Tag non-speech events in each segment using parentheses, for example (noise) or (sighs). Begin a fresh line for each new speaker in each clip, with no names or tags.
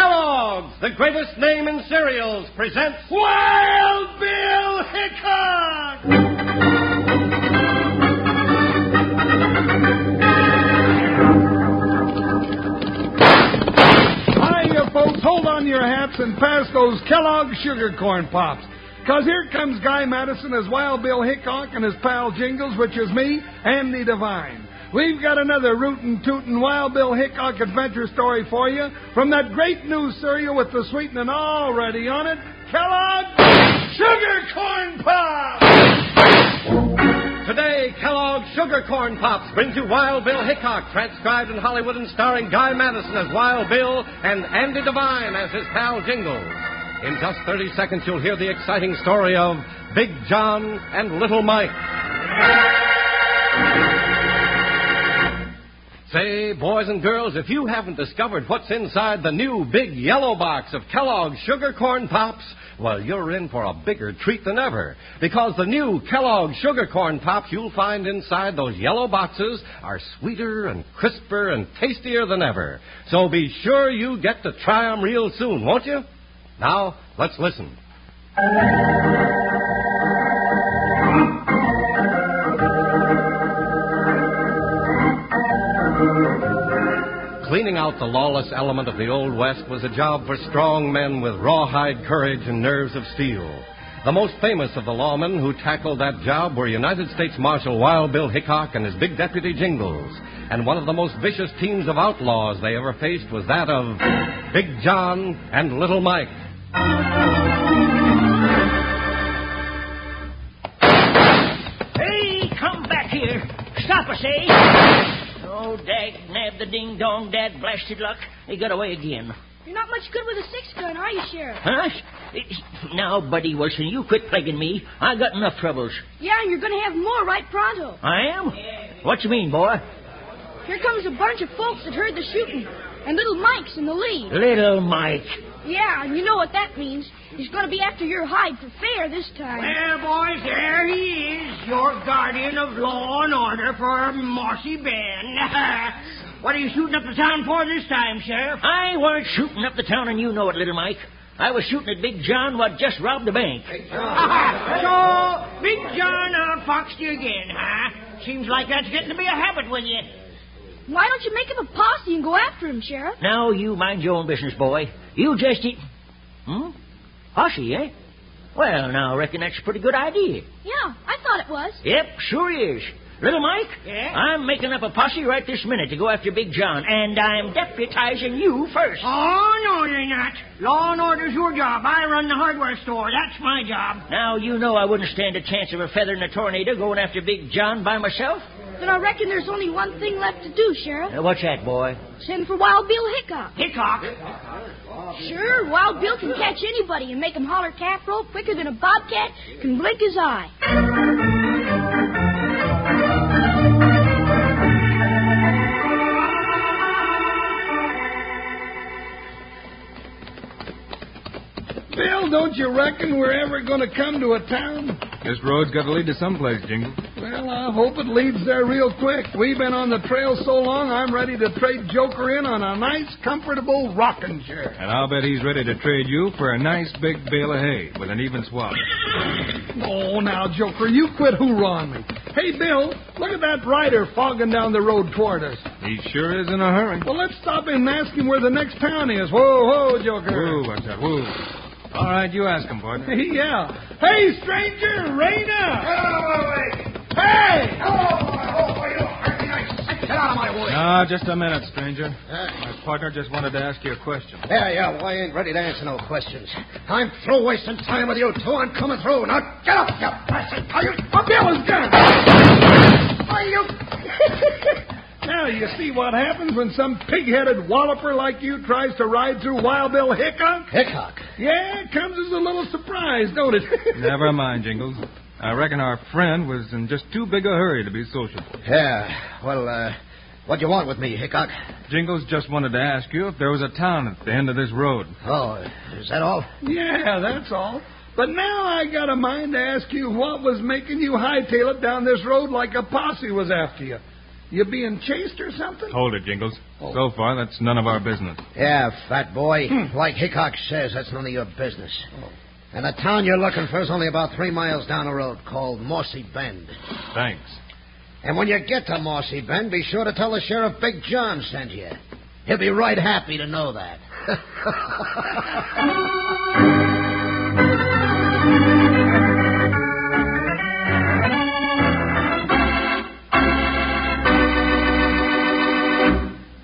Kellogg's, the greatest name in cereals, presents Wild Bill Hickok!
Hiya, folks. Hold on to your hats and pass those Kellogg sugar corn pops. Because here comes Guy Madison as Wild Bill Hickok and his pal Jingles, which is me, Andy Devine. We've got another rootin' tootin' Wild Bill Hickok adventure story for you from that great new cereal with the sweetening already on it, Kellogg Sugar Corn Pops!
Today, Kellogg's Sugar Corn Pops brings you Wild Bill Hickok, transcribed in Hollywood and starring Guy Madison as Wild Bill and Andy Devine as his pal Jingles. In just 30 seconds, you'll hear the exciting story of Big John and Little Mike. Say, boys and girls, if you haven't discovered what's inside the new big yellow box of Kellogg's Sugar Corn Pops, well, you're in for a bigger treat than ever. Because the new Kellogg's Sugar Corn Pops you'll find inside those yellow boxes are sweeter and crisper and tastier than ever. So be sure you get to try 'em real soon, won't you? Now, let's listen. Cleaning out the lawless element of the Old West was a job for strong men with rawhide courage and nerves of steel. The most famous of the lawmen who tackled that job were United States Marshal Wild Bill Hickok and his big deputy Jingles. And one of the most vicious teams of outlaws they ever faced was that of Big John and Little Mike.
Hey, come back here. Stop us, eh? Oh, dag, nab the ding dong, dad, blasted luck. He got away again.
You're not much good with a six gun, are you, Sheriff?
Huh? Now, Buddy Wilson, you quit plaguing me. I got enough troubles.
Yeah, and you're gonna have more right pronto.
I am? What you mean, boy?
Here comes a bunch of folks that heard the shooting, and little Mike's in the lead.
Little Mike.
Yeah, and you know what that means. He's gonna be after your hide for fair this time.
There, boys, there he is, your guardian of law and order for Mossy Ben. (laughs) what are you
(laughs)
shooting up the town for this time, Sheriff?
I weren't shooting up the town, and you know it, little Mike. I was shooting at Big John, who had just robbed the bank.
so, Big John outfoxed you again, huh? Seems like that's getting to be a habit with you.
Why don't you make him a posse and go after him, Sheriff?
Now you mind your own business, boy. You just eat. Hmm? Posse, eh? Well, now I reckon that's a pretty good idea.
Yeah, I thought it was.
Yep, sure is. Little Mike,
Yeah?
I'm making up a posse right this minute to go after Big John, and I'm deputizing you first.
Oh, no, you're not. Law and order's your job. I run the hardware store. That's my job.
Now you know I wouldn't stand a chance of a feather in a tornado going after Big John by myself.
Then I reckon there's only one thing left to do, Sheriff.
Now, what's that, boy?
Send for Wild Bill Hickok.
Hickok.
Sure, Wild Bill can catch anybody and make him holler calf roll quicker than a bobcat can blink his eye.
Bill, don't you reckon we're ever going to come to a town?
This road's got to lead to someplace, Jingle.
Well, I hope it leads there real quick. We've been on the trail so long, I'm ready to trade Joker in on a nice, comfortable rocking chair.
And I'll bet he's ready to trade you for a nice big bale of hay with an even swap.
Oh, now, Joker, you quit hoorahing me. Hey, Bill, look at that rider fogging down the road toward us.
He sure is in a hurry.
Well, let's stop him and ask him where the next town is. Whoa, whoa, Joker.
Whoa, what's that? Whoa. All right, you ask him, partner.
(laughs) yeah. Hey, stranger, rain up. Hey!
Get out of my way.
Now, just a minute, stranger. My partner just wanted to ask you a question.
Yeah, (laughs) yeah, well, I ain't ready to answer no questions. I'm through wasting time with you two. I'm coming through. Now get up, you bastard. Are you... Oh, Bill is dead. Are you...
Now you see what happens when some pig-headed walloper like you tries to ride through Wild Bill Hickok?
Hickok.
Yeah, it comes as a little surprise, don't it? (laughs)
Never mind, Jingles. I reckon our friend was in just too big a hurry to be sociable.
Yeah, well, uh, what do you want with me, Hickok?
Jingles just wanted to ask you if there was a town at the end of this road.
Oh, is that all?
yeah, that's all. But now I got a mind to ask you what was making you hightail it down this road like a posse was after you. You being chased or something?
Hold it, Jingles.
Oh.
So far, that's none of our business.
Yeah, fat boy. Like Hickok says, that's none of your business. And the town you're looking for is only about three miles down the road, called Mossy Bend.
Thanks.
And when you get to Mossy Bend, be sure to tell the sheriff Big John sent you. He'll be right happy to know (laughs) that.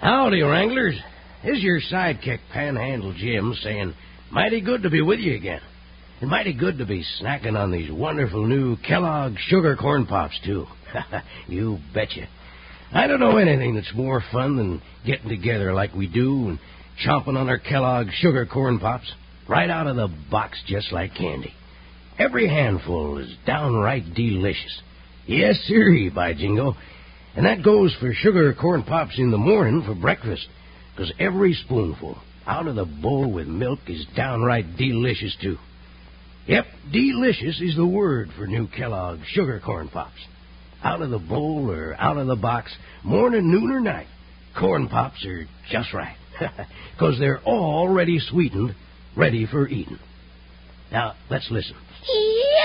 Howdy, Wranglers. This is your sidekick, Panhandle Jim, saying, mighty good to be with you again. And mighty good to be snacking on these wonderful new Kellogg sugar corn pops, too. (laughs) you betcha. I don't know anything that's more fun than getting together like we do and chomping on our Kellogg sugar corn pops right out of the box just like candy. Every handful is downright delicious. Yes, sirree, by jingo. And that goes for sugar corn pops in the morning for breakfast, 'cause every spoonful out of the bowl with milk is downright delicious, too. Yep, delicious is the word for new Kellogg sugar corn pops. Out of the bowl or out of the box, morning, noon, or night, corn pops are just right, (laughs) 'cause they're already sweetened, ready for eating. Now, let's listen.
(laughs)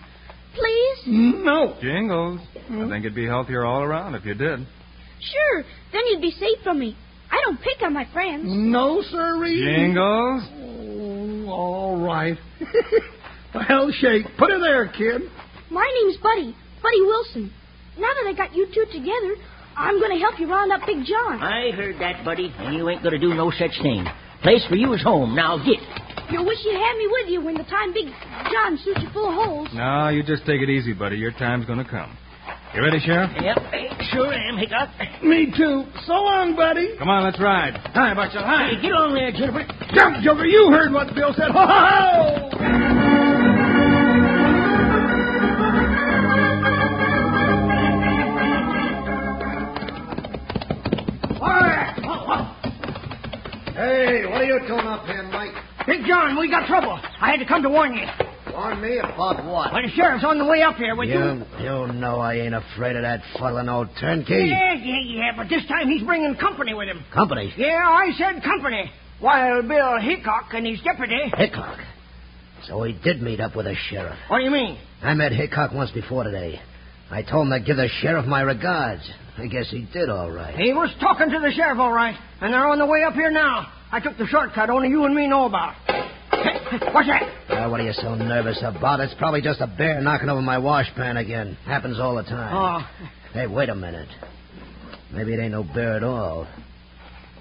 Please?
No.
Jingles. I think it'd be healthier all around if you did.
Sure. Then you'd be safe from me. I don't pick on my friends.
No, sirree.
Jingles.
Oh, all right. Hell shake. Put it there, kid.
My name's Buddy. Buddy Wilson. Now that I got you two together, I'm gonna help you round up Big John.
I heard that, buddy, and you ain't going to do no such thing. Place for you is home. Now get.
You'll wish you had me with you when the time Big John shoots you full of holes.
Now you just take it easy, buddy. Your time's going to come. You ready, Sheriff?
Yep, eh, sure am, Hickok. Hey,
Me too. So long, buddy.
Come on, let's ride. Hi, Buster. Hi.
get on there, Jennifer.
Jump, Joker. You heard what Bill said. Ho, ho, ho!
Hey, what are you doing up here, Mike?
Big John, we got trouble. I had to come to warn you.
Warn me about what?
Well, the sheriff's on the way up here with you.
You, you know I ain't afraid of that fuddling old turnkey.
Yeah, yeah, yeah, but this time he's bringing company with him.
Company.
Yeah, I said company. Wild Bill Hickok and his deputy.
Hickok. So he did meet up with a sheriff.
What do you mean?
I met Hickok once before today. I told him I'd give the sheriff my regards. I guess he did all right.
He was talking to the sheriff, all right, and they're on the way up here now. I took the shortcut only you and me know about. (coughs) Hey, What's that?
Ah, what are you so nervous about? It's probably just a bear knocking over my wash pan again. Happens all the time.
Oh,
Hey, wait a minute. Maybe it ain't no bear at all.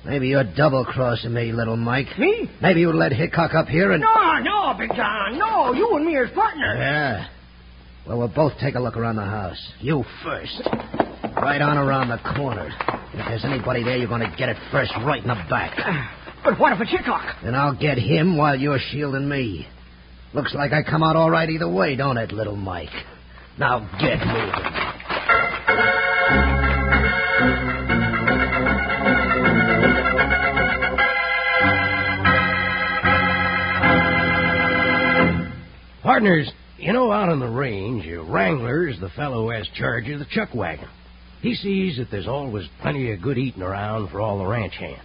Maybe you're double crossing me, little Mike.
me?
Maybe you led Hickok up here and.
No, no, Big John, no. You and me as partners.
Yeah. Well, we'll both take a look around the house. You first. Right on around the corner. If there's anybody there, you're going to get it first, right in the back.
(sighs) But what if it's Hickok?
Then I'll get him while you're shielding me. Looks like I come out all right either way, don't it, little Mike? Now get moving. (laughs)
Partners, you know, out on the range, your wrangler's the fellow who has charge of the chuck wagon. He sees that there's always plenty of good eating around for all the ranch hands.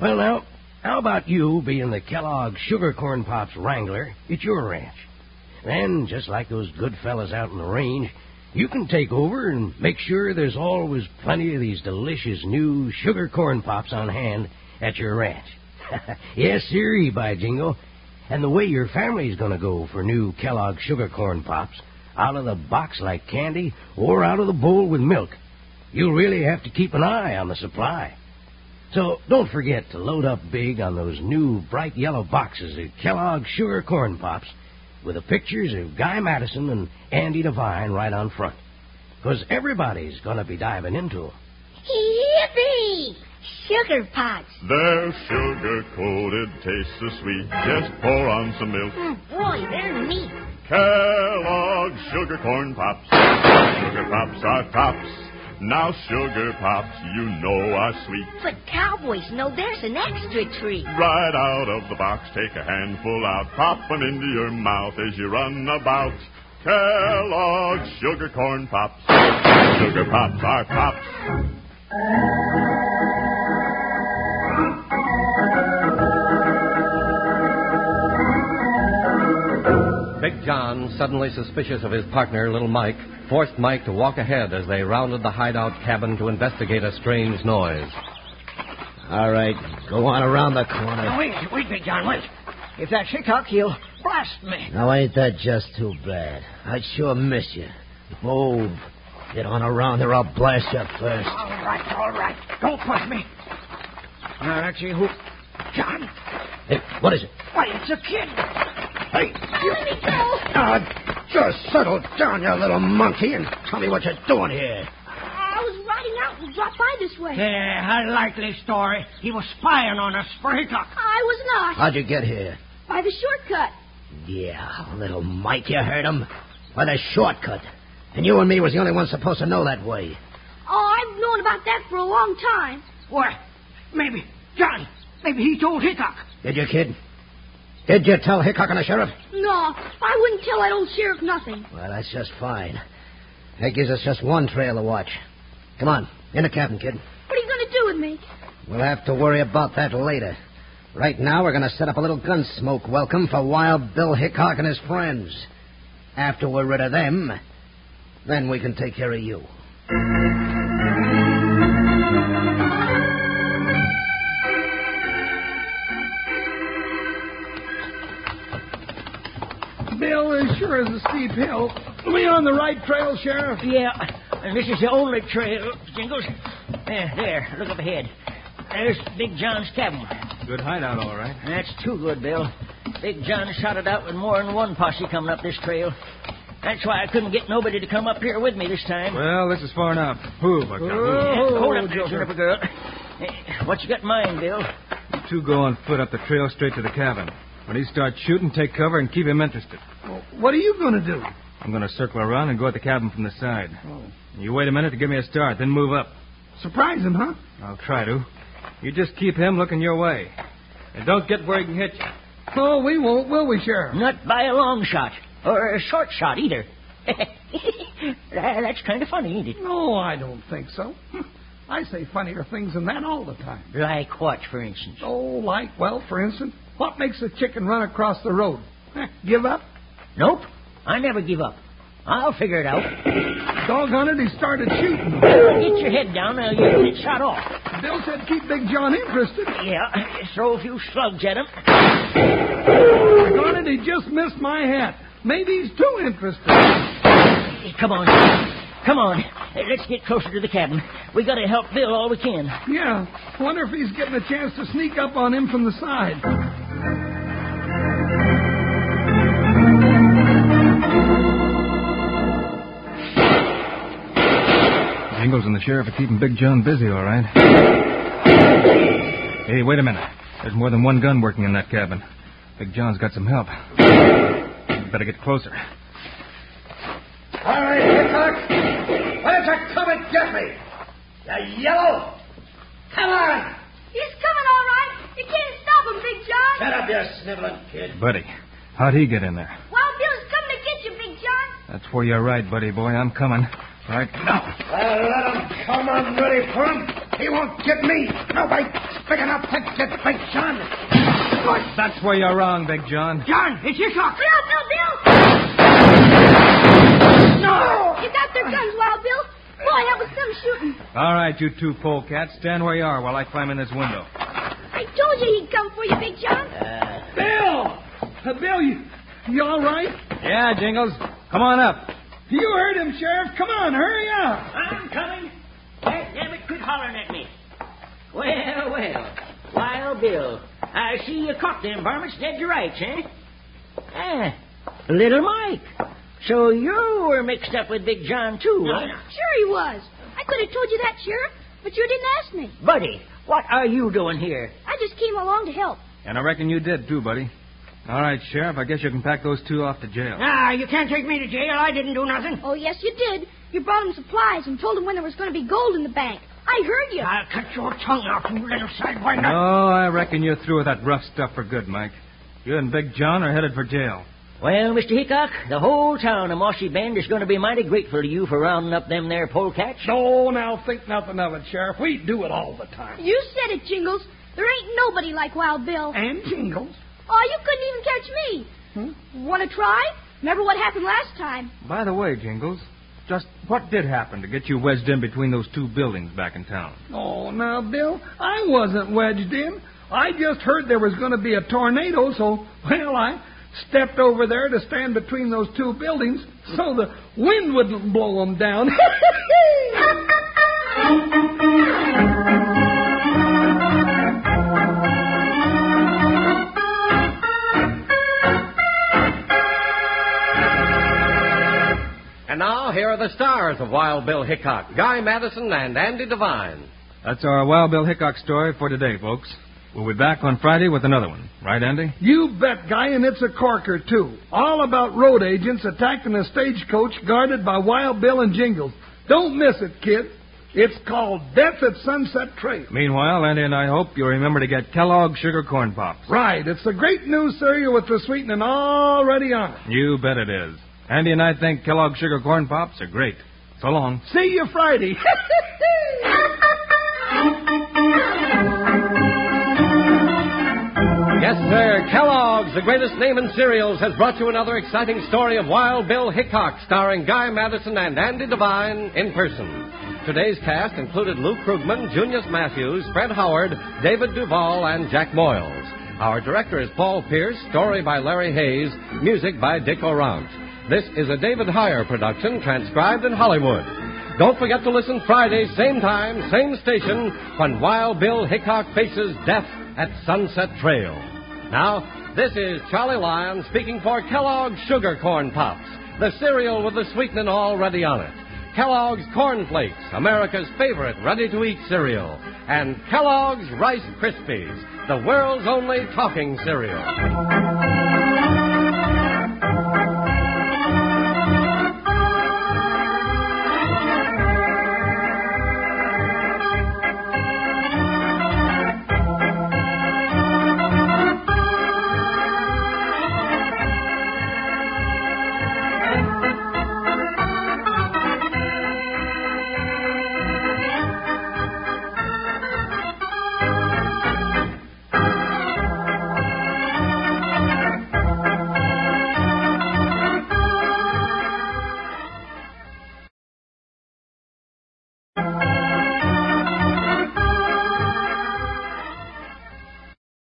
Well, now, how about you being the Kellogg Sugar Corn Pops wrangler at your ranch? Then, just like those good fellas out in the range, you can take over and make sure there's always plenty of these delicious new sugar corn pops on hand at your ranch. yes, sirree, by jingo. And the way your family's gonna go for new Kellogg sugar corn pops, out of the box like candy or out of the bowl with milk, you'll really have to keep an eye on the supply. So don't forget to load up big on those new bright yellow boxes of Kellogg sugar corn pops with the pictures of Guy Madison and Andy Devine right on front. 'Cause everybody's gonna be diving into 'em.
Yippee! Sugar pots.
Their sugar coated tastes so sweet. Just pour on some milk.
Mm, Boy, they're neat.
Kellogg's Sugar Corn Pops. Sugar Pops are tops. Now, Sugar Pops, you know are sweet.
But cowboys know there's an extra treat.
Right out of the box, take a handful out, pop 'em into your mouth as you run about. Kellogg's Sugar Corn Pops. Sugar Pops are pops.
Big John, suddenly suspicious of his partner, Little Mike, forced Mike to walk ahead as they rounded the hideout cabin to investigate a strange noise.
All right, go on around the corner.
Now, wait, wait, Big John, wait. If that's Hickok, he'll blast me.
Now, ain't that just too bad? I'd sure miss you. Move. Get on around here, I'll blast you first.
All right, all right. Don't push me. Now, let's see who. John?
Hey, what is it?
Why, it's a kid.
Hey, you... Let me go. just settle down, you little monkey, and tell me what you're doing here.
I was riding out and dropped by this way.
Yeah, I like this story. He was spying on us for Hickok.
I was not.
How'd you get here?
By the shortcut.
Yeah, little Mike, you heard him. By the shortcut. And you and me was the only ones supposed to know that way.
Oh, I've known about that for a long time.
What? Maybe. John, maybe he told Hickok.
Did you, kid? Did you tell Hickok and the sheriff?
No, I wouldn't tell that old sheriff nothing.
Well, that's just fine. That gives us just one trail to watch. Come on, in the cabin, kid.
What are you going to do with me?
We'll have to worry about that later. Right now, we're going to set up a little gun smoke welcome for Wild Bill Hickok and his friends. After we're rid of them, then we can take care of you.
Bill, as sure as a steep hill. Are we on the right trail, Sheriff?
Yeah, and this is the only trail, Jingles. There, there, look up ahead. There's Big John's cabin.
Good hideout, all right.
That's too good, Bill. Big John shot it out with more than one posse coming up this trail. That's why I couldn't get nobody to come up here with me this time.
Well, this is far enough. Who, I got?
Yeah, Hold up, there, Juniper girl. Eh, What you got in mind, Bill?
Two go on foot up the trail straight to the cabin. When he starts shooting, take cover and keep him interested.
What are you going to do?
I'm going to circle around and go at the cabin from the side. You wait a minute to give me a start, then move up.
Surprise him, huh?
I'll try to. You just keep him looking your way. And don't get where he can hit you.
Oh, we won't, will we, Sheriff?
Not by a long shot, or a short shot either. That- That's kind of funny, ain't it?
No, I don't think so. (laughs) Hm. I say funnier things than that all the time.
Like what, for instance?
Oh, like, well, for instance, what makes a chicken run across the road? (laughs) Heh, Give up?
Nope, I never give up. I'll figure it out.
Doggone it, he started shooting.
Get your head down, or you'll get shot off.
Bill said keep Big John interested.
Yeah, throw a few slugs at him.
Doggone Oh, it, he just missed my hat. Maybe he's too interested.
Eh, Come on, come on. Eh, Let's get closer to the cabin. We got to help Bill all we can.
Yeah, wonder if he's getting a chance to sneak up on him from the side.
Jingles and the sheriff are keeping Big John busy, all right. Hey, wait a minute. There's more than one gun working in that cabin. Big John's got some help. Better get closer.
All right, Hickok. Why don't you come and get me? You yellow. Come on.
He's coming, all right. You can't stop him, Big John.
Shut up, you sniveling kid.
Buddy, how'd he get in there?
Wild Bill's coming to get you, Big John.
That's where you're right, buddy boy. I'm coming. Right now.
Well, let him come. I'm ready for him. He won't get me. Nobody's big enough to get Big John.
That's where you're wrong, Big John.
John, it's Hickok.
Bill, Bill, Bill.
No!
You got their guns, Wild Bill. Boy, that was some shooting.
All right, you two polecats, stand where you are while I climb in this window.
I told you he'd come for you, Big John.
Bill! Uh, Bill, you, you all right?
Yeah, Jingles, come on up.
You heard him, Sheriff. Come on, hurry up.
I'm coming. God damn it, quit hollering at me. Well, well. Wild Bill, I see you caught them varmints dead to rights, eh? Ah, little Mike. So you were mixed up with Big John, too, huh?
Sure he was. I could have told you that, Sheriff, but you didn't ask me.
Buddy, what are you doing here?
I just came along to help.
And I reckon you did, too, buddy. All right, Sheriff, I guess you can pack those two off to jail.
Ah, you can't take me to jail. I didn't do nothing.
Oh, yes, you did. You brought him supplies and told him when there was going to be gold in the bank. I heard you.
I'll cut your tongue off, you little sidewinder.
No, I reckon you're through with that rough stuff for good, Mike. You and Big John are headed for jail.
Well, Mr. Hickok, the whole town of Mossy Bend is going to be mighty grateful to you for rounding up them there polecats.
No, now think nothing of it, Sheriff. We do it all the time.
You said it, Jingles. There ain't nobody like Wild Bill.
And Jingles.
Oh, you couldn't even catch me.
Hmm?
Want to try? Remember what happened last time?
By the way, Jingles, just what did happen to get you wedged in between those two buildings back in town?
Oh, now, Bill, I wasn't wedged in. I just heard there was going to be a tornado, so, (laughs) well, I stepped over there to stand between those two buildings so the wind wouldn't blow them down. (laughs)
And now, here are the stars of Wild Bill Hickok Guy Madison and Andy Devine.
That's our Wild Bill Hickok story for today, folks. We'll be back on Friday with another one. Right, Andy?
you bet, Guy, and it's a corker, too. All about road agents attacking a stagecoach guarded by Wild Bill and Jingles. Don't miss it, kid. It's called Death at Sunset Trail.
Meanwhile, Andy and I hope you remember to get Kellogg Sugar Corn Pops.
Right, it's a great new cereal with the sweetening already on it.
You bet it is. Andy and I think Kellogg Sugar Corn Pops are great. So long.
See you Friday.
Yes, sir. Kellogg's, the greatest name in cereals, has brought you another exciting story of Wild Bill Hickok, starring Guy Madison and Andy Devine in person. Today's cast included Lou Krugman, Junius Matthews, Fred Howard, David Duvall, and Jack Moyles. Our director is Paul Pierce, story by Larry Hayes, music by Dick Orant. This is a David Heyer production, transcribed in Hollywood. Don't forget to listen Friday, same time, same station, when Wild Bill Hickok faces death at Sunset Trail. Now, this is Charlie Lyon speaking for Kellogg's Sugar Corn Pops, the cereal with the sweetening already on it. Kellogg's Corn Flakes, America's favorite ready-to-eat cereal, and Kellogg's Rice Krispies, the world's only talking cereal.